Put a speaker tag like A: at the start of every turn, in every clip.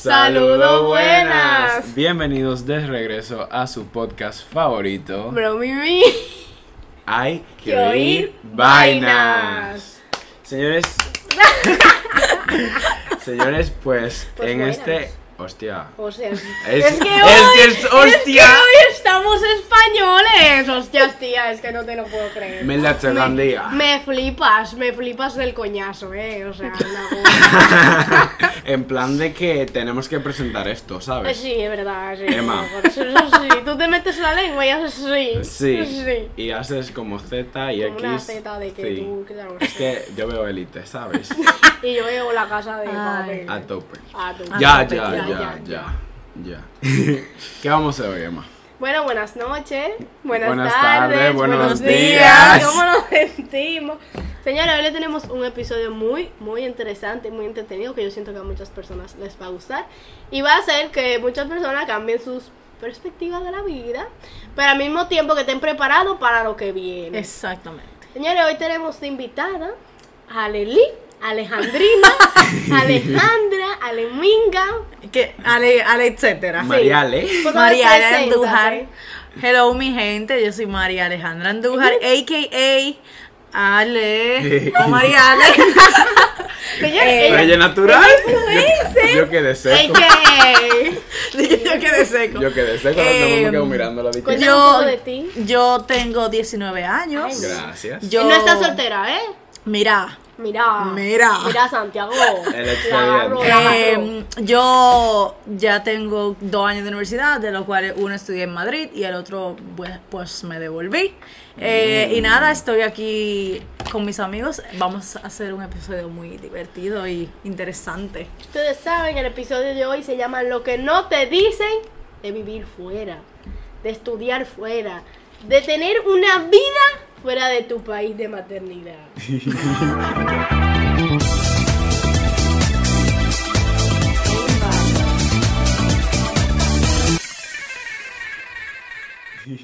A: Saludos, buenas.
B: Bienvenidos de regreso a su podcast favorito.
A: Bro, mi, mi.
B: Hay que
A: Que oír
B: oír vainas. Señores. Señores, pues,
A: Pues
B: en
A: buenas.
B: este. Hostia.
A: O sea, es,
B: Es,
A: que
B: es
A: hoy,
B: que es- hostia.
A: hoy estamos españoles. Hostias, tía, es que no te lo puedo creer.
B: Me la
A: me,
B: Tailandia.
A: me flipas, me flipas del coñazo, eh. O sea, una cosa.
B: en plan de que tenemos que presentar esto,
A: Eh,
B: ¿sabes?
A: Sí, es verdad, sí.
B: Emma.
A: Eso, eso sí. Tú te metes la lengua y haces sí.
B: Sí.
A: sí.
B: Y haces como Z y
A: Como
B: X.
A: una zeta de que
B: sí.
A: tú, claro.
B: Es que yo veo élite, ¿sabes?
A: Y yo veo la casa de
C: Ay.
A: papel.
B: A tope.
A: Ah, tú.
B: Ya,
C: tope,
B: ya,
A: ya,
B: ya,
A: ya,
B: ya, ya. ¿Qué vamos a ver, Emma?
A: Bueno, buenas noches, buenas,
B: Buenas
A: tardes,
B: tardes, buenos días.
A: ¿Cómo nos sentimos? Señora, hoy le tenemos un episodio muy, muy interesante, muy entretenido, que yo siento que a muchas personas les va a gustar. Y va a hacer que muchas personas cambien sus perspectivas de la vida, pero al mismo tiempo que estén preparados para lo que viene.
C: Exactamente.
A: Señores, hoy tenemos de invitada a Leli, Alejandrina, Alejandra, Aleminga.
C: Que, ale, ale, etcétera.
B: Mariale.
A: Por favor,
C: María Ale
A: preséntate.
C: Andújar. Hello, mi gente. Yo soy María Alejandra Andújar, a.k.a. Ale. O María Ale.
A: Señores,
C: Eh,
B: Pero
A: ella-
B: ella es natural. Yo, yo quedé seco.
A: ella-
C: Dije yo quedé seco.
B: Yo quedé seco, ahora todo el mundo
C: Em,
B: quedó mirando la bichita.
A: Cuéntame un poco de ti.
C: yo tengo 19 años.
A: Ay,
B: Gracias.
C: Yo-
A: Y no está soltera, ¿eh?
C: Mira,
A: Mira.
C: Mira.
A: Mira, Santiago.
B: El
A: La
B: expediente.
A: agarro, la agarro.
C: eh, yo ya tengo dos años de universidad, de los cuales uno estudié en Madrid y el otro pues, pues, me devolví. Eh,
B: Mm.
C: Y nada, estoy aquí con mis amigos. Vamos a hacer un episodio muy divertido y interesante.
A: Ustedes saben, el episodio de hoy se llama Lo que no te dicen de vivir fuera, de estudiar fuera, de tener una vida fuera de tu país de maternidad.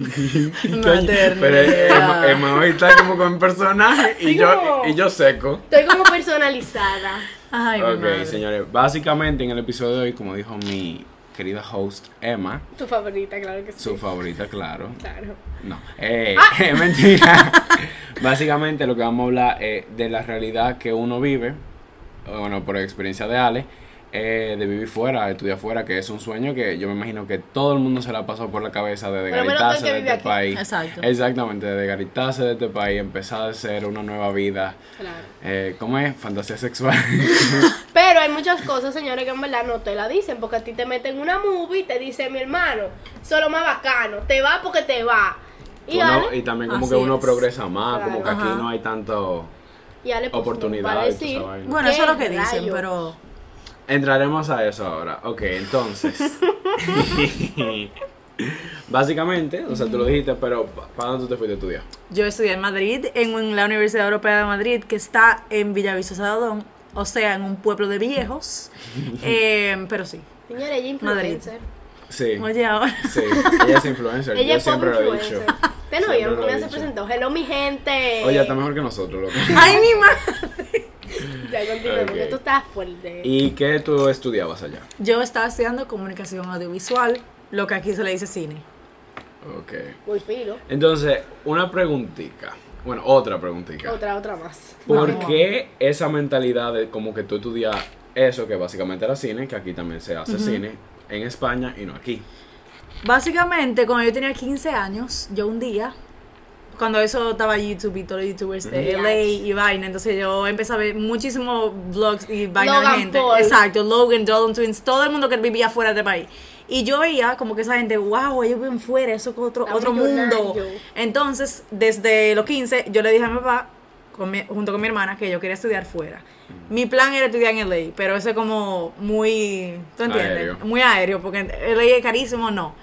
C: Maternidad.
B: Pero Emma, Emma hoy está como con personaje y yo, y yo seco.
A: Estoy como personalizada.
C: Ay, mi
B: ok,
C: madre.
B: señores, básicamente en el episodio de hoy, como dijo mi querida host Emma,
A: Tu favorita, claro que sí.
B: su favorita, claro.
A: Claro.
B: No, eh,
A: Ah.
B: mentira. Básicamente lo que vamos a hablar es de la realidad que uno vive, bueno, por experiencia de Ale, eh, de vivir fuera, de estudiar fuera, que es un sueño que yo me imagino que todo el mundo se la ha pasado por la cabeza desde
A: Por lo menos
B: garitarse
A: todo el
B: de
A: que
B: este
A: vive aquí.
B: país.
C: Exacto.
B: Exactamente, desde garitarse de este país, empezar de ser una nueva vida.
A: Claro.
B: Eh, ¿Cómo es? Fantasía sexual.
A: Pero hay muchas cosas, señores, que en verdad no te la dicen. Porque a ti te meten una movie y te dice, mi hermano, solo más bacano. Te va porque te va. Y
B: Uno-
A: Ale,
B: y también como
C: Así
B: que uno
C: es.
B: progresa más, como que
A: Claro.
B: aquí
C: Ajá.
B: no hay tanto...
A: y Ale pues,
B: oportunidad
A: va a
B: y toda
A: decir,
B: esa vaina.
C: Bueno, eso es lo
A: ¿qué
C: que dicen,
A: rayos?
C: pero
B: Entraremos a eso ahora. Ok, entonces. Básicamente, o sea, tú lo dijiste, pero ¿pa- ¿para dónde tú te fuiste a estudiar?
C: yo estudié en Madrid, en la Universidad Europea de Madrid, que está en Villavicencio Sadón, o sea, en un pueblo de viejos. Eh, pero sí.
A: Señora, ella es
C: Madrid.
A: influencer.
B: Sí.
C: Oye, ahora.
B: Sí, ella es influencer.
A: Ella
B: yo
A: es pop
B: siempre lo he dicho.
A: influencer. Te no
B: Siempre
A: vieron
B: lo
A: cómo
B: he
A: ella se
B: dicho.
A: presentó. Hello, mi gente.
B: Oye, está mejor que nosotros, loco.
C: Ay, mi madre.
A: Ya continuemos,
B: Ok.
A: que tú estás fuerte.
B: ¿Y qué tú estudiabas allá?
C: Yo estaba estudiando comunicación audiovisual, lo que aquí se le dice cine.
B: Ok.
A: Muy filo.
B: Entonces, una preguntita. Bueno, otra preguntita.
A: Otra, otra más.
B: ¿Por
C: Vamos.
B: qué esa mentalidad de como que tú estudias eso, que básicamente era cine, que aquí también se hace cine, en España y no aquí?
C: Básicamente, cuando yo tenía 15 años, yo un día, cuando eso estaba YouTube y todos los youtubers de
A: Ujú.
C: LA y vaina, entonces yo empecé a ver muchísimos vlogs y vaina
A: Logan
C: de gente.
A: Paul.
C: Exacto, Logan, Jordan Twins, todo el mundo que vivía fuera del país. Y yo veía como que esa gente, wow, ellos viven fuera, eso es otro,
A: Está
C: otro
A: millonario.
C: mundo. Entonces, desde los 15, yo le dije a mi papá, con mi- junto con mi hermana, que yo quería estudiar fuera. Mi plan era estudiar en LA, pero eso es como muy, ¿tú entiendes?
B: Aéreo.
C: Muy aéreo, porque LA es carísimo, no.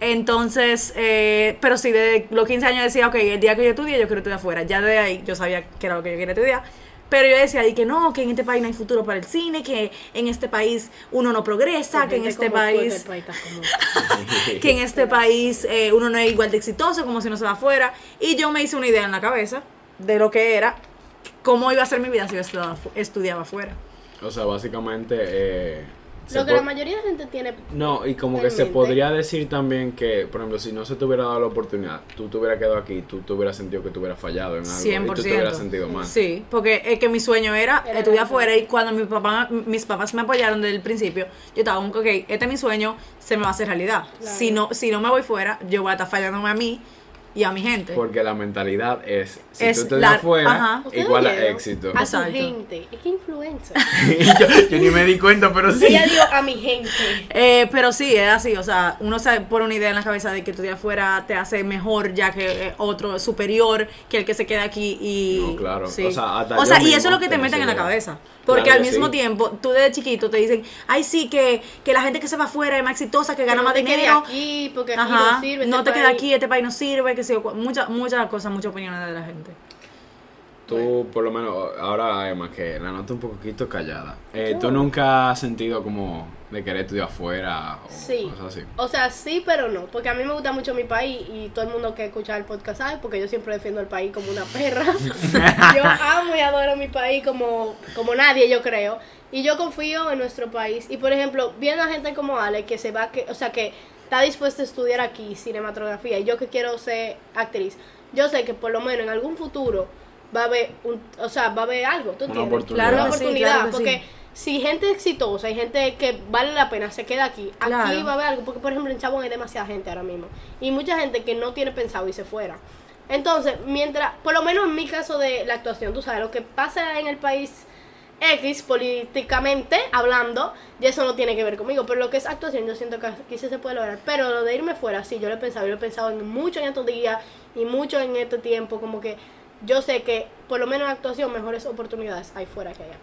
C: Entonces, eh, pero sí, desde los 15 años decía, ok, el día que yo estudie, yo quiero estudiar fuera. Ya de ahí yo sabía que era lo que yo quería estudiar. Pero yo decía, di que no, que en este país no hay futuro para el cine, que en este país uno no progresa, que en
A: Gente
C: este
A: como tú, que
C: país
A: el país está como-
C: que en este país eh, uno no es igual de exitoso como si no se va afuera. Y yo me hice una idea en la cabeza de lo que era, cómo iba a ser mi vida si yo estudiaba, fu- estudiaba afuera.
B: O sea, básicamente eh, se
A: Lo que
B: po-
A: la mayoría de gente tiene.
B: No, y como que se
A: Realmente.
B: podría decir también que, por ejemplo, si no se te hubiera dado la oportunidad, tú te hubieras quedado aquí, tú te hubieras sentido que te hubieras fallado en algo Ah, y tú te hubieras sentido mal.
C: Sí, porque es que mi sueño era
A: Era
C: estudiar
A: eso.
C: afuera y cuando mi papá, mis papás me apoyaron desde el principio, yo estaba como, que, ok, este es mi sueño, se me va a hacer realidad.
A: Claro.
C: Si, no, si no me voy fuera, yo voy a estar fallándome a mí y a mi gente.
B: Porque la mentalidad es, si
C: Es
B: tú te
C: la-
B: das fuera,
C: ajá.
A: Ustedes
B: igual a
A: oyeron
B: éxito.
A: A su
C: Exacto.
A: gente. Es que influencer.
B: Y yo, yo ni me di cuenta, pero sí.
A: Ella dijo a mi gente.
C: Eh, pero sí, es así, o sea, uno se pone una idea en la cabeza de que estudiar afuera te hace mejor ya que eh, otro superior que el que se queda aquí y...
B: No, claro,
C: sí.
B: o sea, hasta
C: O sea,
B: yo
C: y
B: mismo
C: eso es lo que te
B: tengo
C: meten
B: esa
C: en la
B: idea.
C: cabeza. Porque
B: Claro
C: al
B: que
C: mismo
B: sí.
C: tiempo, tú desde chiquito te dicen, ay sí, que, que la gente que se va afuera es más exitosa, que gana
A: no
C: más
A: te quedes
C: dinero.
A: aquí porque aquí
C: Ajá,
A: no sirve.
C: no
A: este
C: te queda
A: país.
C: aquí, este país no sirve, que sí, muchas muchas cosas, muchas opiniones de la gente.
B: Tú, por lo menos, ahora, Emma, que la noto un poquito callada. eh, ¿Tú nunca has sentido como de querer estudiar afuera o
A: Sí.
B: cosas así?
A: O sea, sí, pero no. Porque a mí me gusta mucho mi país y todo el mundo que escucha el podcast sabe, porque yo siempre defiendo el país como una perra. yo amo y adoro mi país como, como nadie, yo creo. Y yo confío en nuestro país. Y por ejemplo, viendo a gente como Ale que se va, que, o sea, que está dispuesta a estudiar aquí cinematografía y yo que quiero ser actriz, yo sé que por lo menos en algún futuro va a haber, un, o sea, va a haber algo. ¿tú
B: Una
A: entiendes?
B: oportunidad.
A: Una
B: Claro
C: que sí,
A: oportunidad,
C: claro que sí.
A: porque si gente exitosa y gente que vale la pena se queda aquí, aquí
C: Claro.
A: va a haber algo, porque por ejemplo en Chabón hay demasiada gente ahora mismo y mucha gente que no tiene pensado irse fuera. Entonces, mientras, por lo menos en mi caso de la actuación, tú sabes, lo que pasa en el país X políticamente hablando, y eso no tiene que ver conmigo, pero lo que es actuación yo siento que aquí sí se puede lograr, pero lo de irme fuera, sí, yo lo he pensado, yo lo he pensado en mucho en estos días y mucho en este tiempo, como que yo sé que por lo menos en actuación mejores oportunidades hay fuera que allá.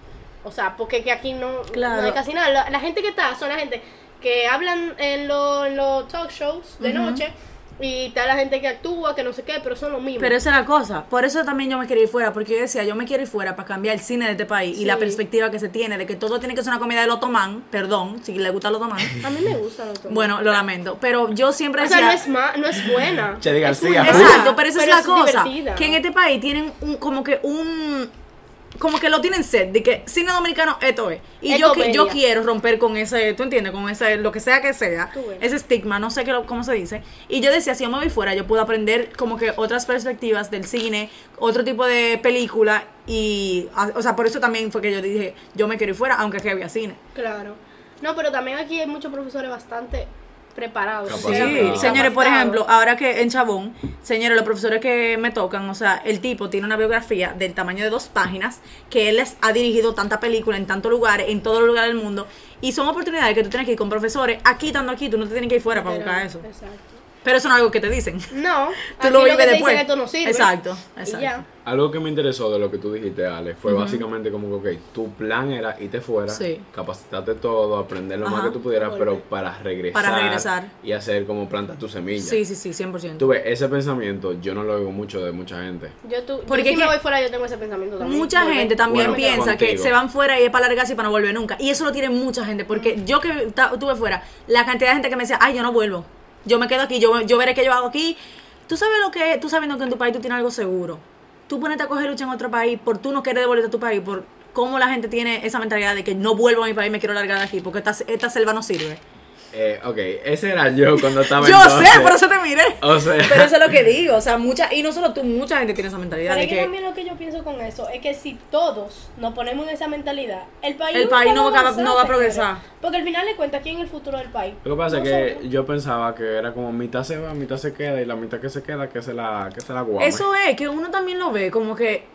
A: O sea, porque que aquí no,
C: Claro.
A: no hay casi nada. La, la gente que está son la gente que hablan en los en los talk shows de
C: Ujú.
A: noche y está la gente que actúa, que no sé qué, pero son los mismos.
C: Pero esa es la cosa. Por eso también yo me quería ir fuera, porque yo decía, yo me quiero ir fuera para cambiar el cine de este país
A: Sí.
C: y la perspectiva que se tiene de que todo tiene que ser una comida del otomán, perdón, si le gusta el otomán.
A: a mí me gusta lo que-
C: bueno, lo lamento, pero yo siempre
A: o
C: decía...
A: sea, no es, ma- no es buena.
B: Che, diga,
A: Es
B: sí,
A: muy
B: ajá.
A: mala,
C: Exacto, pero esa es la cosa.
A: divertida.
C: Que en este país tienen un, como que un. Como que lo tienen set de que cine dominicano esto es. Y
A: Es
C: yo, que- yo
A: comedia.
C: quiero romper con ese, ¿tú entiendes? Con ese, lo que sea que sea,
A: Tú ves.
C: ese estigma, no sé qué lo- cómo se dice. Y yo decía, si yo me voy fuera, yo puedo aprender como que otras perspectivas del cine, otro tipo de película. Y, a- o sea, por eso también fue que yo dije, yo me quiero ir fuera, aunque aquí había cine.
A: Claro. No, pero también aquí hay muchos profesores bastante preparados.
B: Capacitados.
C: Sí,
B: Capacitado.
C: señores, por ejemplo,
A: Capacitados.
C: ahora que en Chabón, señores, los profesores que me tocan, o sea, el tipo tiene una biografía del tamaño de dos páginas, que él les ha dirigido tanta película en tantos lugares, en todos los lugares del mundo, y son oportunidades que tú tienes que ir con profesores, aquí, estando aquí, tú no te tienes que ir fuera para buscar eso.
A: Exacto.
C: Pero eso no es algo que te dicen.
A: No,
C: Tú
A: aquí
C: lo
A: que
C: vives
A: te dicen,
C: después.
A: esto no sirve.
C: Exacto,
A: Y
C: exacto.
A: ya.
B: Algo que me interesó de lo que tú dijiste, Ale, fue básicamente como que, ok, tu plan era irte fuera,
C: Sí.
B: capacitarte todo, aprender lo más
C: Ajá,
B: que tú pudieras, pero
A: volver.
B: para regresar,
C: Para regresar.
B: y hacer como plantas tus semillas.
C: Sí, sí, sí, 100%.
B: Tú ves, ese pensamiento yo no lo oigo mucho de mucha gente.
A: Yo, tú,
C: Porque
A: yo si
C: que-
A: me voy fuera, yo tengo ese pensamiento también.
C: Mucha
A: Volver.
C: gente también
B: Bueno,
C: piensa que
B: contigo.
C: se van fuera y es para largarse y para no volver nunca. Y eso lo tiene mucha gente, porque yo que ta- estuve fuera, la cantidad de gente que me decía, ay, yo no vuelvo, yo me quedo aquí, yo, yo veré qué yo hago aquí. Tú sabes lo que es, tú sabiendo que en tu país tú tienes algo seguro. Tú ponete a coger lucha en otro país por tú no querer devolverte a tu país, por cómo la gente tiene esa mentalidad de que no vuelvo a mi país, me quiero largar de aquí, porque esta, esta selva no sirve.
B: Eh, ok, ese era yo cuando estaba
C: yo
B: Ah, entonces.
C: sé, por eso te miré.
B: O sea,
C: Pero eso es lo que digo, o sea, mucha, y no solo tú, mucha gente tiene esa mentalidad
A: Pero
C: de
A: es que
C: que
A: también lo que yo pienso con eso es que si todos nos ponemos en esa mentalidad, el país,
C: El
A: nunca
C: país no va a-
A: avanzar,
C: no va a
A: señores.
C: progresar.
A: Porque al final de cuentas, ¿quién es el futuro del país?
B: Lo que pasa es
A: Nosotros.
B: que yo pensaba que era como mitad se va, mitad se queda, y la mitad que se queda, que se la, que se la guama.
C: Eso es, que uno también lo ve como que,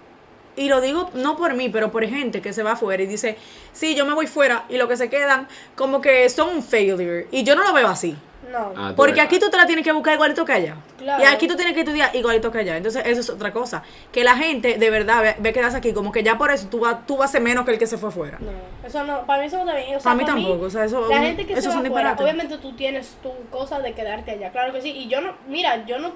C: y lo digo no por mí, pero por gente que se va afuera y dice, sí, yo me voy fuera y lo que se quedan como que son un failure. Y yo no lo veo así.
A: No.
B: Ah, tú
C: Porque
B: ves.
C: aquí tú te la tienes que buscar igualito que allá.
A: Claro.
C: Y aquí tú tienes que estudiar igualito que allá. Entonces, eso es otra cosa. Que la gente de verdad ve, ve quedarse aquí, como que ya por eso tú, vas tú vas a ser menos que el que se fue afuera.
A: No, eso no, para mí eso no está bien. O sea,
C: Para mí tampoco, o sea, eso-
A: La gente que
C: eso
A: se
C: es
A: va
C: un
A: afuera,
C: disparate.
A: obviamente tú tienes tu cosa de quedarte allá, claro que sí. Y yo no, mira, yo no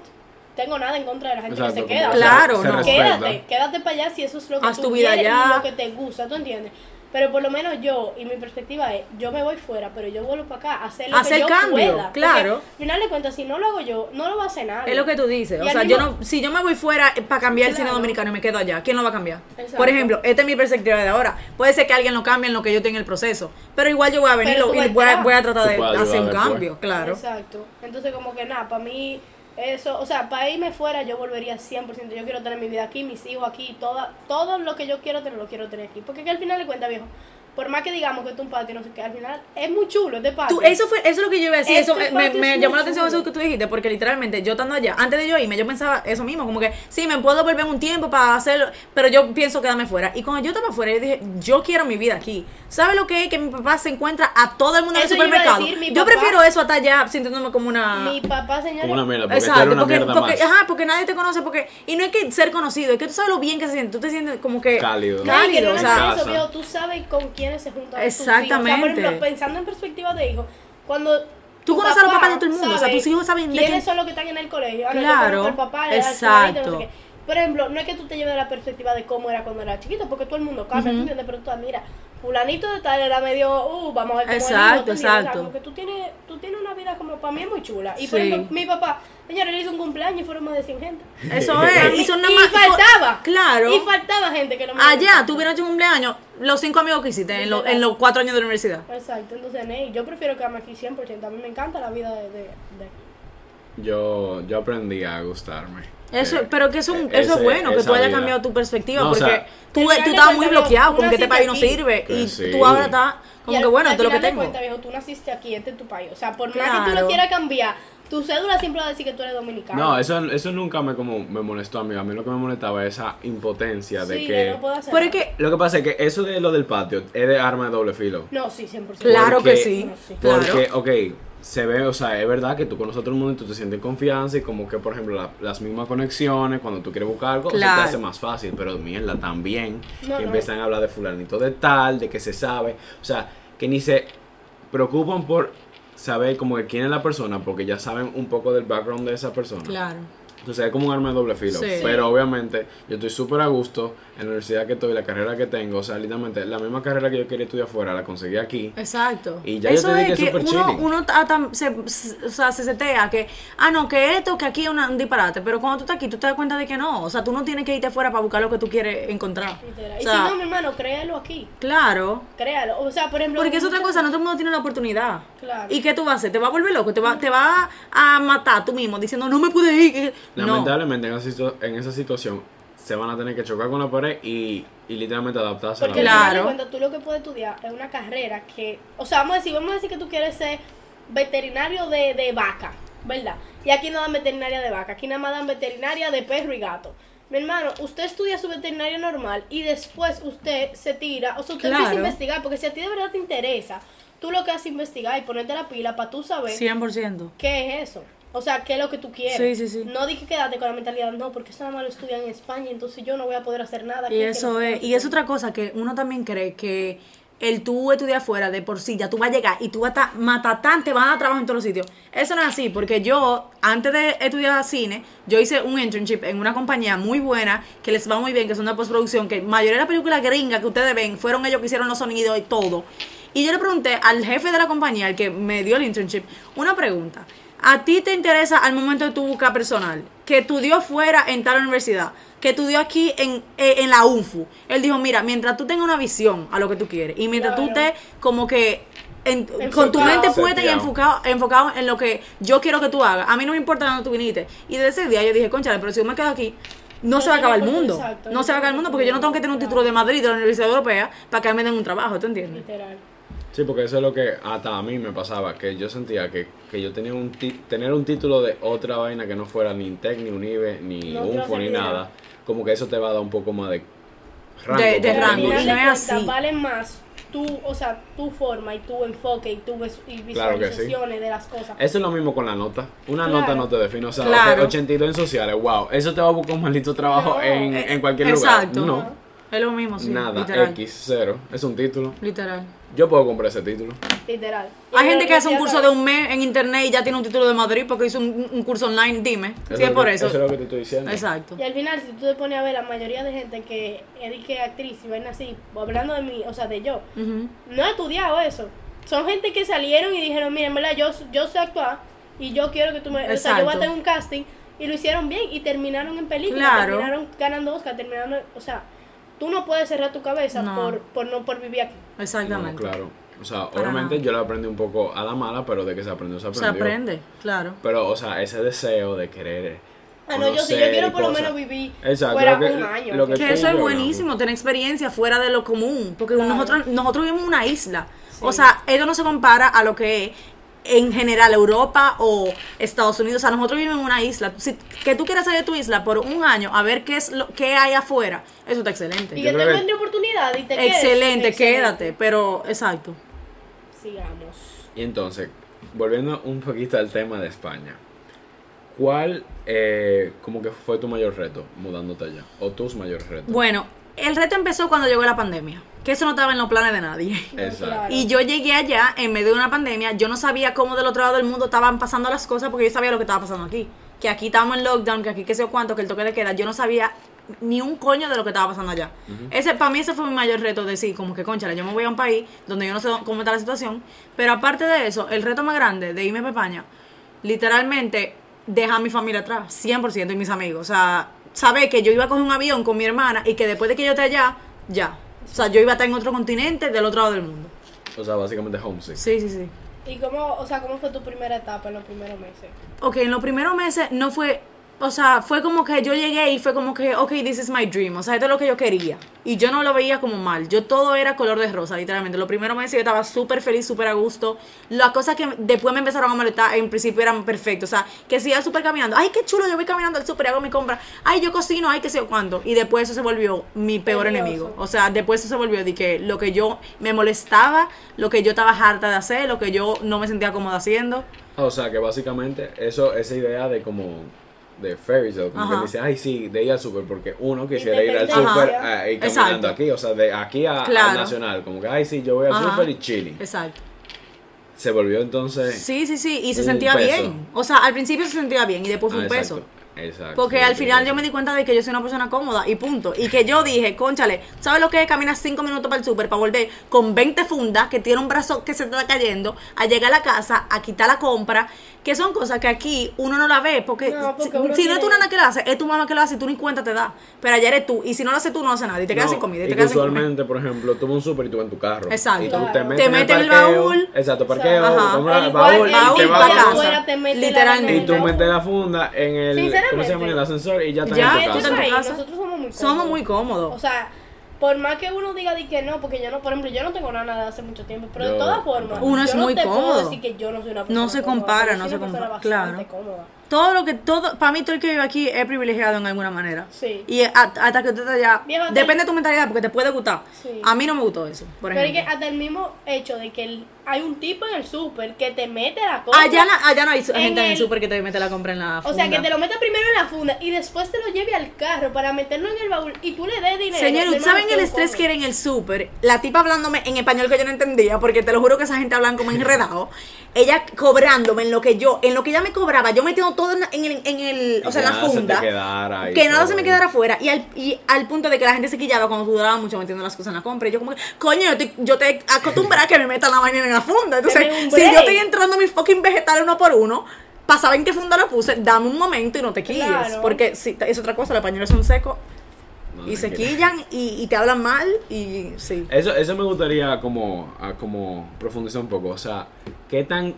A: tengo nada en contra de la gente
B: Exacto,
A: que
B: como
A: se queda. o
B: se-
A: sea,
C: Claro,
B: se
C: no.
B: respeta.
A: quédate, quédate para allá si eso es lo que
C: Haz
A: tú
C: tu vida
A: quieres y
C: allá.
A: lo que te gusta, ¿tú entiendes? Pero por lo menos yo, y mi perspectiva es, yo me voy fuera, pero yo vuelvo para acá a hacer lo
C: Hacer
A: que yo
C: cambio,
A: pueda. Porque,
C: claro.
A: al final de cuentas, si no lo hago yo, no lo va a hacer nadie.
C: Es lo que tú dices.
A: Y
C: O
A: al
C: sea,
A: mismo-
C: yo no, si yo me voy fuera para cambiar el cine
A: Claro.
C: dominicano y me quedo allá, ¿quién lo va a cambiar?
A: Exacto.
C: Por ejemplo, esta es mi perspectiva de ahora. Puede ser que alguien lo cambie en lo que yo tenga el proceso. Pero igual yo voy a venir
A: Pero
C: lo-
A: tú vas
C: y voy a,
A: atrás.
C: voy a tratar
B: Tú
C: de
B: puedes
C: hacer un
B: ayudar
C: cambio, claro.
A: Exacto. Entonces, como que nada, para mí, eso, o sea, para irme fuera, yo volvería 100%. Yo quiero tener mi vida aquí, mis hijos aquí, toda, todo lo que yo quiero tener, lo quiero tener aquí. Porque que al final de cuentas, viejo, por más que digamos que esto es un patio, no sé qué, al final es muy chulo, es de patio.
C: Tú- eso fue eso es lo que yo iba a decir
A: Este
C: eso eh, me,
A: patio es
C: me
A: muy
C: llamó la atención
A: chulo.
C: eso que tú dijiste porque literalmente yo estando allá antes de yo irme yo pensaba eso mismo como que sí me puedo volver un tiempo para hacerlo pero yo pienso quedarme fuera y cuando yo estaba fuera yo dije yo quiero mi vida aquí ¿sabes lo que es que mi papá se encuentra a todo el mundo en el
A: Eso yo iba a
C: supermercado?
A: decir, mi
C: yo
A: papá-
C: prefiero eso hasta allá sintiéndome como una
A: Mi papá, señores.
B: Como una mierda, porque esto era
C: Exacto,
B: una
C: porque,
B: mierda
C: porque-
B: más.
C: ajá, porque nadie te conoce, porque, y no es que ser conocido, es que tú sabes lo bien que se siente, tú te sientes como que
B: Cálido.
A: No, y que no
C: cálido, o
A: es
C: sea,
A: nada más eso,
B: Casa.
A: viejo, tú sabes con quiénes se juntan. tus hijos. O sea, por
C: Exactamente.
A: ejemplo, pensando en perspectiva de hijo, cuando. tu
C: Tú conoces a los
A: papá
C: papás de todo el mundo, o sea,
A: sabe
C: tus hijos saben de
A: quiénes
C: quién-
A: son los que están en el colegio. Ah, no, yo
C: Claro,
A: conozco al papá, al fulanito, no sé
C: exacto.
A: qué. Por ejemplo, no es que tú te lleves la perspectiva de cómo era cuando era chiquito, porque todo el mundo cambia, ¿tú entiendes? Pero tú, ah, mira, fulanito de tal era medio, uh, vamos a ver cómo es el niño,
C: Exacto,
A: ¿tú entiendes? O sea,
C: exacto.
A: como que tú tienes, tú tienes una vida como para mí es muy chula. Y por
C: Sí.
A: ejemplo, mi papá, señores, le hizo un cumpleaños y fueron más de 100 gente.
C: eso es,
A: Y,
C: y son Eh, nada
A: y
C: más-
A: faltaba.
C: claro,
A: Y faltaba gente que no me
C: allá tuvieron tu cumpleaños, los cinco amigos que hiciste en, lo- en los cuatro años de la universidad.
A: Exacto, entonces Ney, yo prefiero quedarme aquí 100%, a mí me encanta la vida de... de, de-
B: Yo, yo aprendí a gustarme.
C: Eso,
B: Eh,
C: pero que eso,
B: eh,
C: eso
B: ese-
C: es bueno, que
B: esa
C: tú hayas
B: vida.
C: cambiado tu perspectiva,
B: No, o
C: porque
B: sea,
C: tú,
A: Al final
C: tú
A: de
C: estabas muy
A: cuentas,
C: bloqueado,
A: tú
C: como que este
A: naciste
C: país no
A: aquí.
C: sirve,
B: Que
C: y
B: sí.
C: tú ahora estás como
A: al-
C: que bueno,
A: al
C: esto es lo que
A: final de
C: tengo.
A: cuentas, viejo, tú naciste aquí, este es tu país, o sea, por más que tú lo
C: Claro.
A: quieras cambiar, tu cédula siempre va a decir que tú eres dominicano.
B: No, eso, eso nunca me, como, me molestó a mí. A mí lo que me molestaba es esa impotencia de
A: sí,
B: que...
A: no puedo hacer
C: Pero es
A: nada.
C: que,
B: Lo que pasa es que eso de lo del patio es de arma de doble filo.
A: No, sí, 100%.
C: Claro
B: Porque-
C: que sí,
A: No, sí.
C: claro.
B: Porque, ok, se ve, o sea, es verdad que tú conoces a todo el mundo y tú te sientes en confianza y como que, por ejemplo, la- las mismas conexiones, cuando tú quieres buscar algo, se
C: Claro.
B: te hace más fácil, pero mierda, también,
A: No,
B: que
A: no.
B: empiezan a hablar de fulanito de tal, de que se sabe, o sea, que ni se preocupan por saber como que quién es la persona, porque ya saben un poco del background de esa persona.
C: Claro.
B: Entonces es como un arma de doble filo.
C: Sí.
B: Pero obviamente yo estoy súper a gusto en la universidad que estoy, la carrera que tengo. O sea, literalmente la misma carrera que yo quería estudiar afuera la conseguí aquí.
C: Exacto.
B: Y ya yo te dije que es súper
C: uno,
B: chilling.
C: uno ta- tam- se, s- o sea, se setea que, ah, no, que esto, que aquí es una- un disparate, pero cuando tú estás aquí, tú te das cuenta de que no, o sea, tú no tienes que irte afuera para buscar lo que tú quieres encontrar.
A: Literal.
C: O
A: Y
C: sea,
A: si no, mi hermano, créalo aquí,
C: Claro,
A: créalo. O sea, por ejemplo...
C: porque es otra
A: muchas-
C: cosa, no todo el mundo tiene la oportunidad.
A: Claro.
C: ¿Y qué tú vas a hacer? ¿Te vas a volver loco? ¿Te va, te va a matar tú mismo diciendo, no me pude ir? que- No.
B: Lamentablemente en esa, situ- en esa situación se van a tener que chocar con la pared y, y literalmente adaptarse
A: Porque
B: a la
A: al final
B: vida.
A: de
C: Claro.
A: cuentas, tú lo que puedes estudiar es una carrera que, o sea, vamos a decir, vamos a decir que tú quieres ser veterinario de, de vaca, ¿verdad? Y aquí no dan veterinaria de vaca, aquí nada más dan veterinaria de perro y gato. Mi hermano, usted estudia su veterinario normal y después usted se tira, o sea, usted empieza a
C: Claro.
A: investigar, porque si a ti de verdad te interesa, tú lo que haces es investigar y ponerte la pila para tú saber
C: 100%.
A: ¿Qué es eso? O sea, ¿qué es lo que tú quieres?
C: Sí, sí, sí.
A: No dije quédate con la mentalidad, no, porque eso nada más lo estudian en España, entonces yo no voy a poder hacer nada.
C: Y eso es, y es otra cosa que uno también cree que el tú estudiar fuera de por sí, ya tú vas a llegar y tú vas a estar matatán, te van a dar trabajo en todos los sitios. Eso no es así, porque yo, antes de estudiar cine, yo hice un internship en una compañía muy buena, que les va muy bien, que son de postproducción, que mayoría de las películas gringas que ustedes ven, fueron ellos que hicieron los sonidos y todo. Y yo le pregunté al jefe de la compañía, el que me dio el internship, una pregunta. ¿A ti te interesa al momento de tu buscar personal? Que estudió fuera en tal universidad, que estudió aquí en, eh, en la UNFU. Él dijo, mira, mientras tú tengas una visión a lo que tú quieres y mientras tú
A: Claro.
C: estés como que en- con tu
A: Enfocado.
C: mente puesta y
B: Seteado.
C: enfocado, enfocado en lo que yo quiero que tú hagas. A mí no me importa dónde tú viniste. Y desde ese día yo dije, conchale, pero si yo me quedo aquí, no,
A: No
C: se va a
A: tiene
C: acabar el
A: oportunidad,
C: mundo.
A: exacto,
C: no
A: no
C: se va a
A: tiene
C: acabar el mundo porque yo no tengo que tener un título de Madrid, de la Universidad Europea, para que me den un trabajo, ¿te entiendes?
A: Literal.
B: Sí, porque eso es lo que hasta a mí me pasaba, que yo sentía que, que yo tenía un ti- tener un título de otra vaina que no fuera ni Tech, ni Unive, ni
A: No te va a
B: UNFO, ni
A: servir de nada.
B: nada, como que eso te va a dar un poco más de rango.
C: De- de
B: porque
A: Pero al
C: Este rango,
B: tú-
A: final
C: y
A: de
C: no es
A: cuentas,
C: así.
A: Vale más tu, o sea, tu forma y tu enfoque y tu vis- y
B: Claro que sí.
A: visualizaciones de las cosas.
B: Eso es lo mismo con la nota. Una
A: Claro.
B: nota no te define. O sea,
C: Claro.
B: ok, 82 en sociales, wow. Eso te va a buscar un maldito trabajo
A: No,
B: en,
C: eh,
B: en cualquier
C: exacto.
B: lugar.
C: Ajá.
B: No.
C: Es lo mismo, sí.
B: Nada,
C: literal.
B: X, cero. Es un título.
C: Literal.
B: Yo puedo comprar ese título.
A: Literal.
C: Hay
A: Y
C: gente
A: yo-
C: que hace un
A: yo
C: curso de
A: creo-
C: un mes en internet y ya tiene un título de Madrid porque hizo un, un curso online, dime. Si es
B: lo
C: por
B: que-
C: eso.
B: Eso es lo que te estoy diciendo.
C: Exacto.
A: Y al final, si tú te pones a ver, la mayoría de gente que es de que actriz y ven así, hablando de mí, o sea, de yo,
C: Ujú.
A: no he estudiado eso. Son gente que salieron y dijeron, miren, ¿verdad? Yo, yo sé actuar y yo quiero que tú me... O sea, yo voy a
C: Exacto.
A: tener un casting y lo hicieron bien y terminaron en película,
C: Claro.
A: terminaron ganando Oscar, terminaron... O sea, tú no puedes cerrar tu cabeza
C: No.
A: por, por no por vivir aquí.
B: No,
C: Exactamente.
B: claro. O sea,
C: Para
B: obviamente
C: nada.
B: yo lo aprendí un poco a la mala, pero de que se aprendió, se
C: Se
B: aprendió.
C: aprende, claro.
B: Pero, o sea, ese deseo de querer. eh,
A: Ah, no, yo sí,
B: conocer
A: yo quiero
B: y
A: por lo
B: cosas.
A: menos vivir
B: Exacto,
A: fuera
B: lo que-
A: un año.
B: lo que-
A: ¿ok?
C: Que eso es
B: Claro.
C: buenísimo, tener experiencia fuera de lo común, porque
A: Claro.
C: nosotros, nosotros vivimos en una isla.
A: Sí.
C: O sea, esto no se compara a lo que es en general Europa o Estados Unidos. O sea, nosotros vivimos en una isla. Si, que tú quieras salir de tu isla por un año a ver qué es lo qué hay afuera, eso está
A: Y
C: excelente.
B: Yo
A: que te
B: creo que-
A: encuentre oportunidad y te quedes.
C: Excelente,
A: Excelente.
C: quédate, pero exacto.
A: Sigamos.
B: Y entonces, volviendo un poquito al tema de España. ¿Cuál, eh, como que fue tu mayor reto mudándote allá? ¿O tus mayores retos?
C: Bueno, el reto empezó cuando llegó la pandemia, que eso no estaba en los planes de nadie.
A: No,
B: Exacto.
A: claro.
C: Y yo llegué allá en medio de una pandemia. Yo no sabía cómo del otro lado del mundo estaban pasando las cosas porque yo sabía lo que estaba pasando aquí. Que aquí estábamos en lockdown, que aquí qué sé yo cuánto, que el toque de queda. Yo no sabía ni un coño de lo que estaba pasando allá. ese Para mí ese fue mi mayor reto, decir, como que, concha, yo me voy a un país donde yo no sé dó- cómo está la situación. Pero aparte de eso, el reto más grande de irme a España, literalmente, dejar a mi familia atrás, 100% y mis amigos. O sea, saber que yo iba a coger un avión con mi hermana y que después de que yo esté allá, ya. O sea, yo iba a estar en otro continente del otro lado del mundo.
B: O sea, básicamente homesick.
C: Sí, sí, sí.
A: ¿Y cómo, o sea, cómo fue tu primera etapa en los primeros meses?
C: Ok, en los primeros meses no fue, o sea, fue como que yo llegué y fue como que, ok, this is my dream, o sea, esto es lo que yo quería. Y yo no lo veía como mal, yo todo era color de rosa, literalmente. Los primeros meses yo estaba súper feliz, súper a gusto. Las cosas que después me empezaron a molestar, en principio eran perfectas, o sea, que si iba al súper caminando, ay, qué chulo, yo voy caminando al súper, y hago mi compra, ay, yo cocino, ay, qué sé yo cuándo. Y después eso se volvió mi peor
A: Tedioso.
C: enemigo. O sea, después eso se volvió de que lo que yo me molestaba, lo que yo estaba harta de hacer, lo que yo no me sentía cómoda haciendo.
B: Ah, O sea, que básicamente eso, esa idea de como de fairy tale, como
C: Ajá.
B: que dice, ay sí, de ir al super porque uno quisiera ir al
A: Independencia.
B: super
A: Ajá.
B: eh, y
C: Exacto.
B: caminando aquí, o sea, de aquí a, al
C: Claro.
B: nacional, como que ay sí, yo voy al
C: Ajá.
B: super y chilling.
C: Exacto.
B: Se volvió entonces
C: Sí, sí, sí, y se
B: Un
C: sentía
B: peso.
C: bien. O sea, al principio se sentía bien y después fue
B: Ah,
C: un
B: exacto,
C: peso.
B: Exacto.
C: Porque
B: sí,
C: al
B: sí,
C: final
B: sí.
C: yo me di cuenta de que yo soy una persona cómoda y punto. Y que yo dije, conchale, ¿sabes lo que es? Caminas 5 minutos para el súper para volver con 20 fundas que tiene un brazo que se te está cayendo, a llegar a la casa, a quitar la compra, que son cosas que aquí uno no la ve porque,
A: No, porque
C: si-
A: uno
C: si no es
A: tiene-
C: tu nana que la hace, es tu mamá que la hace y tú ni cuenta te da. Pero allá eres tú y si no lo hace tú, no lo hace nadie. Te quedas
B: No,
C: sin comida y
B: y
C: te
B: que
C: quedas sin comer.
B: usualmente, por ejemplo, tú vas a un super y tú vas en tu carro.
C: Exacto.
B: Y tú te
A: Claro.
B: metes,
C: Te
B: en,
C: meten el
B: parqueo,
C: baúl.
B: Exacto, parqueo,
C: Ajá.
B: tomas el
A: El
B: baúl,
A: guardia
B: y te
A: y
B: vas
A: para
B: a tu
A: afuera
B: casa.
A: te mete la
C: Literalmente.
A: mano en
B: Y
A: el
B: tú
A: baúl.
B: metes la funda en el, ¿cómo se llama?
A: Sinceramente.
B: En el ascensor y ya estás
C: Ya,
B: en tu
A: Eso
B: casa.
A: es
C: tú estás en tu
A: ahí,
C: casa.
A: nosotros somos muy cómodos.
C: Somos muy cómodos.
A: O sea, por más que uno diga de que no, porque yo no, por ejemplo, yo no tengo nada de hace mucho tiempo, pero
B: Yo-
A: de todas formas,
C: Uno es
A: yo no
C: muy
A: te
C: cómodo.
A: puedo decir que yo no soy una persona
C: No se
A: cómoda,
C: compara,
A: yo
C: no
A: soy
C: se
A: una persona
C: compara, claro.
A: bastante cómoda.
C: todo lo que todo para mí todo el que vive aquí es privilegiado en alguna manera
A: Sí.
C: y a- hasta que tú te ya
A: Viejo, te-
C: depende de tu mentalidad porque te puede gustar
A: Sí.
C: a mí no me gustó eso por
A: Pero es que
C: ejemplo
A: hasta el mismo hecho de que el- hay un tipo en el súper que te mete la cosa.
C: allá, la- allá no hay su-
A: ah, en
C: gente en el
A: el-
C: súper que te mete la compra en la
A: O sea, que
C: funda.
A: te lo meta primero en la funda y después te lo lleve al carro para meterlo en el baúl y tú le des dinero.
C: Señores,
A: Hermano,
C: ¿ustedes ¿saben
A: usted
C: el
A: no
C: estrés
A: come.
C: que era en el súper? La tipa hablándome en español que yo no entendía, porque te lo juro que esa gente hablan como enredado. Ella cobrándome en lo que yo, en lo que ella me cobraba, yo metiendo todo en, en el, en el- o sea, en la
B: nada se te
C: funda.
B: quedara ahí
C: que nada
B: todo
C: se me
B: ahí.
C: quedara afuera. Y al, y al punto de que la gente se quillaba cuando sudaba mucho metiendo las cosas en la compra. Y yo como que, coño, yo te, yo te acostumbraba a que me metan la vaina en la funda.
A: Deme
C: Entonces,
A: un
C: si yo
A: break.
C: estoy entrando mis fucking vegetales uno por uno, para saber en qué funda la puse, dame un momento y no te quilles.
A: Claro.
C: Porque si, es otra cosa, los pañuelos son secos
B: No,
C: y se
B: tranquila.
C: quillan y, y te hablan mal y sí.
B: Eso, eso me gustaría como, a- como profundizar un poco. O sea, ¿qué tan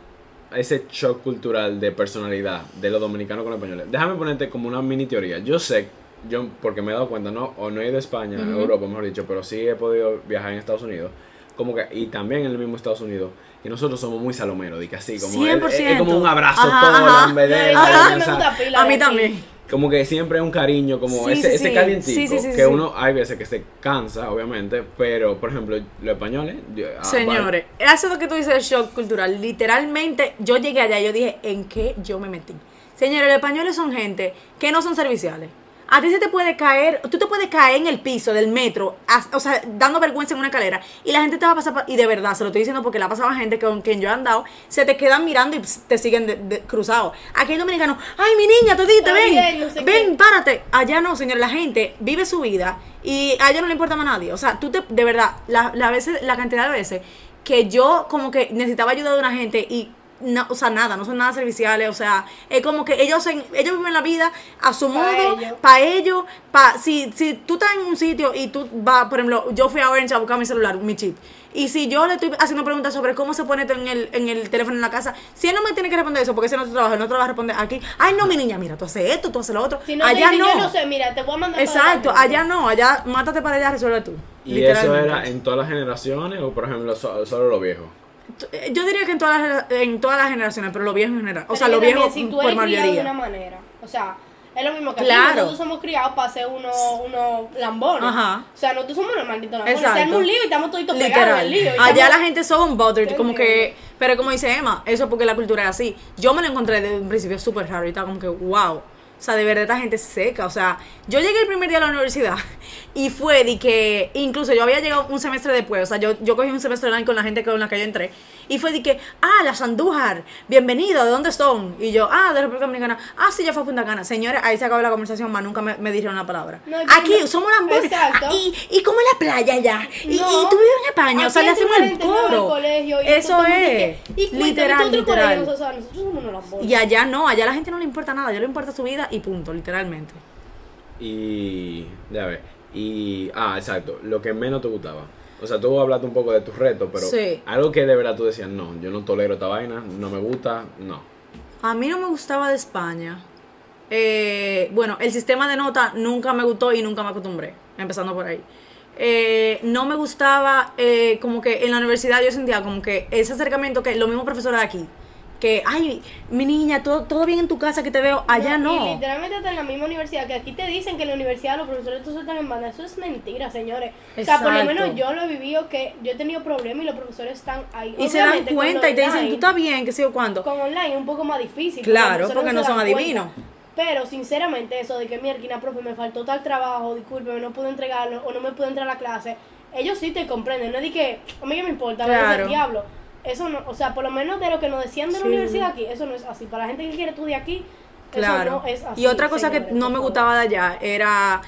B: ese shock cultural de personalidad de los dominicanos con los españoles? Déjame ponerte como una mini teoría. Yo sé, yo porque me he dado cuenta, no, o no he ido a España, a Europa, mejor dicho, pero sí he podido viajar en Estados Unidos. Como que, y también en el mismo Estados Unidos, que nosotros somos muy salomeros, y que así, como es- es, es
C: 100%.
B: como un abrazo
C: Ajá,
B: todo,
C: ajá.
A: No,
B: lambedeo,
A: eso sí
C: Ajá.
A: me
B: o sea,
A: gusta pila
C: A
A: de
C: mí
A: aquí.
C: también.
B: como que siempre es un cariño, como
C: Sí,
B: ese,
C: sí,
B: ese
C: sí.
B: calientito,
C: Sí, sí, sí, sí,
B: que
C: sí.
B: uno hay veces que se cansa, obviamente, pero por ejemplo, los españoles... yo- ah,
C: Señores, eso es lo que tú dices, el shock cultural. Literalmente, yo llegué allá y yo dije, ¿en qué yo me metí? Señores, los españoles son gente que no son serviciales. a ti se te puede caer, tú te puedes caer en el piso del metro, as- o sea, dando vergüenza en una escalera, y la gente te va a pasar, pa- y de verdad, se lo estoy diciendo porque la ha pasado a gente con quien yo he andado, se te quedan mirando y ps, te siguen de- de- cruzados. Aquí hay dominicanos, ay, mi niña, todita,
A: Está
C: ven,
A: bien, no sé
C: ven,
A: qué".
C: párate. Allá no, señor, la gente vive su vida y a ella no le importa más a nadie. O sea, tú te, de verdad, la, la, veces, la cantidad de veces que yo como que necesitaba ayuda de una gente y, no, o sea, nada, no son nada serviciales, o sea, es como que ellos, en- ellos viven la vida a su
A: Pa'
C: modo,
A: ellos.
C: para ellos, pa, si, si tú estás en un sitio y tú vas, por ejemplo, yo fui a Orange a buscar mi celular, mi chip, y si yo le estoy haciendo preguntas sobre cómo se pone esto en el, en el teléfono en la casa, si él no me tiene que responder eso, porque ese no es tu trabajo, él no te lo va a responder aquí, ay no, mi niña, mira, tú haces esto, tú haces lo otro,
A: Si no
C: allá
A: te dicen,
C: no.
A: yo no sé, mira, te voy a mandar para
C: Exacto,
A: adelante.
C: allá no, allá mátate para allá, resuelve tú.
B: ¿Y eso
C: literalmente.
B: era en todas las generaciones o, por ejemplo, so- solo los viejos?
C: Eh, Yo diría que en todas las, en todas las generaciones, pero lo viejo en general. O
A: Pero
C: sea,
A: que
C: lo
A: también,
C: viejo
A: si tú
C: por
A: eres criado de
C: mayoría.
A: una manera, o sea, es lo mismo que
C: Claro.
A: aquí, nosotros somos criados para ser unos uno lambones.
C: Ajá.
A: O sea, nosotros somos unos malditos lambones.
C: Exacto.
A: Se arma un lío y estamos toditos pegados en
C: Literal.
A: el lío. y
C: Allá
A: estamos-
C: la gente son bothered,
A: Qué
C: como que.
A: lindo.
C: Pero como dice Emma, eso es porque la cultura es así. Yo me lo encontré desde un principio súper raro y estaba como que, wow. O sea, de verdad esta gente es seca. O sea, yo llegué el primer día a la universidad y fue de que, incluso yo había llegado un semestre después, o sea, yo, yo cogí un semestre online con la gente con la que yo entré y fue de que, ah, la Sandújar, bienvenido, ¿de dónde son? Y yo, ah, de República Dominicana, ah, sí, yo fui a Punta Cana. Señores, ahí se acabó la conversación, más nunca me, me dijeron la palabra.
A: No,
C: Aquí
A: no.
C: somos lambones.
A: Exacto.
C: Ah, Y, y cómo es la playa allá.
A: No.
C: Y, y tú vives en España, o sea,
A: Aquí
C: le
A: entra
C: hacemos
A: una
C: el
A: gente nueva al
C: coro.
A: colegio y
C: Eso
A: nosotros como
C: es.
A: que, Y cuéntame, ¿tú
C: literal,
A: otro colegio?
C: literal.
A: O sea, nosotros somos unos lambones.
C: Y allá no, allá a la gente no le importa nada, a ella le importa su vida y punto, literalmente.
B: Y. Ya ver. Y. Ah, exacto. Lo que menos te gustaba. O sea, tú hablaste un poco de tus retos, pero.
C: Sí.
B: Algo que de verdad tú decías, no, yo no tolero esta vaina, no me gusta, no.
C: A mí no me gustaba de España. Eh, bueno, el sistema de nota nunca me gustó y nunca me acostumbré, empezando por ahí. Eh, no me gustaba, eh, como que en la universidad yo sentía como que ese acercamiento que los mismos profesores de aquí, que, ay, mi niña, todo, todo bien en tu casa que te veo, allá
A: Y
C: no.
A: literalmente hasta en la misma universidad, que aquí te dicen que en la universidad los profesores te sueltan en banda. Eso es mentira, señores. O sea, por lo
C: Exacto.
A: menos yo lo he vivido que yo he tenido problemas y los profesores están ahí.
C: Y se dan
A: Obviamente, con
C: cuenta y te dicen,
A: online-
C: tú estás bien, que sé yo cuándo.
A: Con online es un poco más difícil.
C: Claro,
A: los
C: porque no
A: profesores se
C: son
A: dan
C: adivinos.
A: cuenta. Pero sinceramente eso de que mi arquina, profe, me faltó tal trabajo, discúlpeme, no pude entregarlo o no me pude entrar a la clase, ellos sí te comprenden, no es de que, a mí que me importa, a
C: Claro.
A: el diablo. Eso no, o sea, por lo menos de lo que nos decían de la
C: Sí.
A: universidad aquí, eso no es así. Para la gente que quiere estudiar aquí,
C: Claro.
A: eso no es así.
C: y otra cosa que
A: señores,
C: no
A: por
C: me
A: favor.
C: gustaba de allá era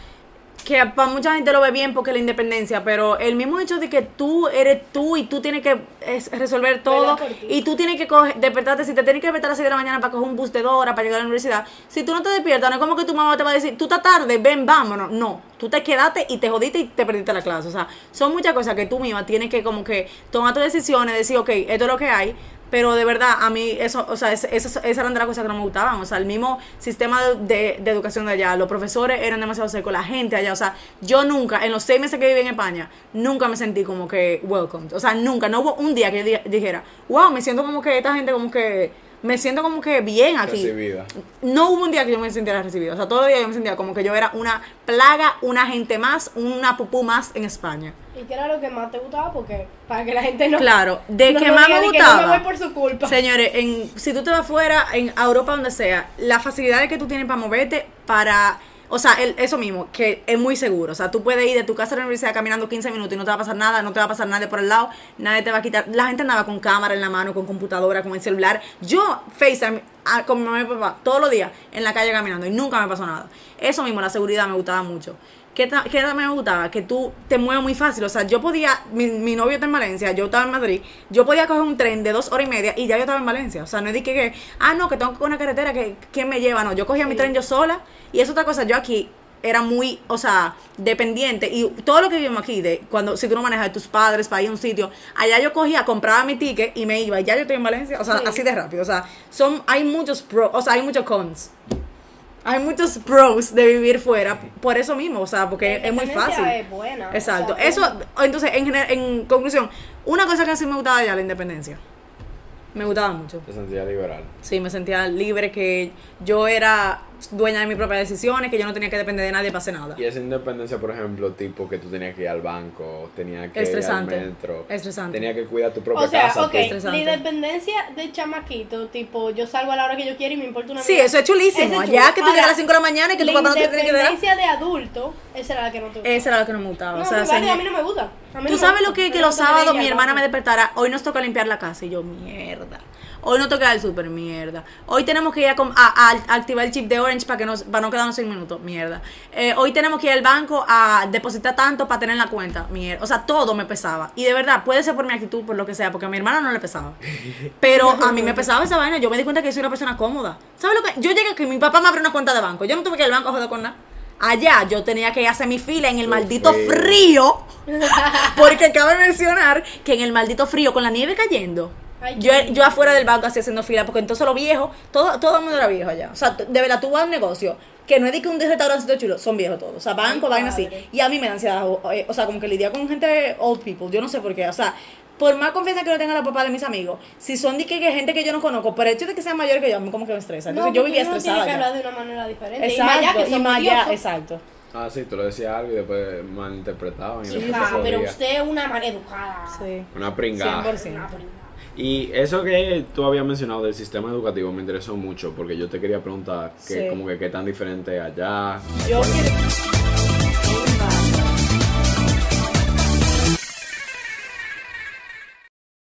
C: que para mucha gente lo ve bien porque la independencia, pero el mismo hecho de que tú eres tú y tú tienes que es, resolver todo
A: por ti.
C: y tú tienes que coger- despertarte, si te tienes que despertar a las 6 de la mañana para coger un bus de dos horas para llegar a la universidad, si tú no te despiertas, no es como que tu mamá te va a decir, tú estás tarde, ven, vámonos. No, tú te quedaste y te jodiste y te perdiste la clase. O sea, son muchas cosas que tú misma tienes que como que tomar tus decisiones, decir, ok, esto es lo que hay, pero de verdad, a mí, eso, o sea, es- esas, esas eran de las cosas que no me gustaban. O sea, el mismo sistema de, de- de educación de allá, los profesores eran demasiado secos, la gente allá. O sea, yo nunca, en los seis meses que viví en España, nunca me sentí como que welcomed. O sea, nunca. No hubo un día que yo di- dijera, wow, me siento como que esta gente, como que. Me siento como que bien aquí.
B: Recibida.
C: No hubo un día que yo me sintiera recibido. O sea, todos los días yo me sentía como que yo era una plaga, una gente más, una pupú más en España.
A: ¿Y qué era lo que más te gustaba? Porque para que la gente no.
C: Claro, de
A: no
C: que
A: nos
C: más
A: diga
C: me
A: de que
C: gustaba.
A: no me voy por su culpa.
C: Señores, en, si tú te vas fuera, en a Europa, donde sea, las facilidades que tú tienes para moverte, para. O sea, el- eso mismo, que es muy seguro. O sea, tú puedes ir de tu casa a la universidad caminando 15 minutos y no te va a pasar nada, no te va a pasar nadie por el lado, nadie te va a quitar. La gente andaba con cámara en la mano, con computadora, con el celular. Yo, FaceTime, a- con mi mamá y mi papá, todos los días en la calle caminando y nunca me pasó nada. Eso mismo, la seguridad me gustaba mucho. ¿Qué, ta- qué ta- me gustaba? Que tú te muevas muy fácil. O sea, yo podía, mi, mi novio está en Valencia, yo estaba en Madrid, yo podía coger un tren de dos horas y media y ya yo estaba en Valencia. O sea, no es de que, que, ah, no, que tengo que coger una carretera, que quién me lleva. No, yo cogía mi
A: Sí.
C: tren yo sola y es otra cosa. Yo aquí era muy, o sea, dependiente y todo lo que vivimos aquí, de cuando si tú no manejas de tus padres para ir a un sitio, allá yo cogía, compraba mi ticket y me iba y ya yo estoy en Valencia. O sea,
A: Sí.
C: así de rápido. O sea, son, hay muchos pros, o sea, hay muchos cons. Hay muchos pros de vivir fuera, por eso mismo, o sea, porque
A: La
C: es muy
A: independencia
C: fácil.
A: es buena, o
C: Exacto.
A: sea,
C: eso,
A: es-
C: entonces, en, gener- en conclusión, una cosa que sí me gustaba ya, la independencia. Me gustaba mucho.
B: Te sentía liberal.
C: Sí, me sentía libre, que yo era dueña de mis propias decisiones, que yo no tenía que depender de nadie para hacer nada.
B: Y esa independencia, por ejemplo, tipo que tú tenías que ir al banco, tenías que
C: Estresante.
B: ir al metro,
C: Estresante.
B: tenías que cuidar tu propia
A: O sea,
B: casa. pues,
A: ok,
B: tú-
A: la independencia de chamaquito, tipo, yo salgo a la hora que yo quiero y me importa una
C: Sí,
A: mierda.
C: eso es chulísimo.
A: Ese es
C: Allá
A: chulo.
C: que tú llegas a las 5 de la mañana y que tu papá no te tiene que
A: La
C: dar.
A: independencia de adulto, esa era la que no tuve.
C: Esa era lo que no me gustaba.
A: no,
C: o sea,
A: mi padre,
C: señor-
A: a mí no me gusta. A mí no
C: Tú
A: me
C: sabes
A: gusta.
C: lo que, que
A: Me
C: los
A: gusta
C: sábados
A: tener
C: mi
A: ella,
C: hermana me
A: vamos.
C: despertara, hoy nos toca limpiar la casa y yo, mierda. Hoy no toca el super, mierda. Hoy tenemos que ir a, com- a- a activar el chip de Orange para que nos, para no quedarnos sin minutos, mierda. Eh, hoy tenemos que ir al banco a depositar tanto para tener la cuenta, mierda. O sea, todo me pesaba. Y de verdad, puede ser por mi actitud, por lo que sea, porque a mi hermana no le pesaba. Pero a mí me pesaba esa vaina. Yo me di cuenta que soy una persona cómoda. ¿Sabes lo que? Yo llegué a que mi papá me abrió una cuenta de banco. Yo no tuve que ir al banco a joder con nada. Allá yo tenía que ir a hacer mi fila en el maldito
B: feo.
C: frío. Porque acabo de mencionar que en el maldito frío, con la nieve cayendo,
A: Ay,
C: yo,
A: qué
C: yo afuera del banco así haciendo fila, porque entonces los viejos, todo, todo el mundo era viejo allá. O sea, t- de verdad, tú vas a un negocio que no es de que un restaurancito chulo, son viejos todos. O sea, banco, vaina así.
A: padre.
C: Y a mí me da ansiedad, o, eh, o sea, como que lidiar con gente old people, yo no sé por qué. O sea, por más confianza que yo tenga la papá de mis amigos, si son de que, que gente que yo no conozco, por el hecho de que sean mayor que yo, a mí como que me estresa.
A: No,
C: Entonces yo
A: porque
C: vivía
A: uno
C: estresada.
A: Tiene que
C: allá.
A: hablar de una manera diferente. y más allá
C: Exacto,
A: que
C: y
A: somos
C: más allá,
A: odiosos.
C: exacto.
B: Ah, sí, tú le decías algo y después malinterpretaban. Y
A: Sí,
B: después
A: ah,
B: se
A: pero
B: jodía.
A: usted es una maleducada.
C: Sí.
B: Una pringada.
C: 100%.
A: Una pringada.
B: Y eso que tú habías mencionado del sistema educativo me interesó mucho porque yo te quería preguntar que
C: Sí.
B: como que qué tan diferente allá.
C: Yo quiero-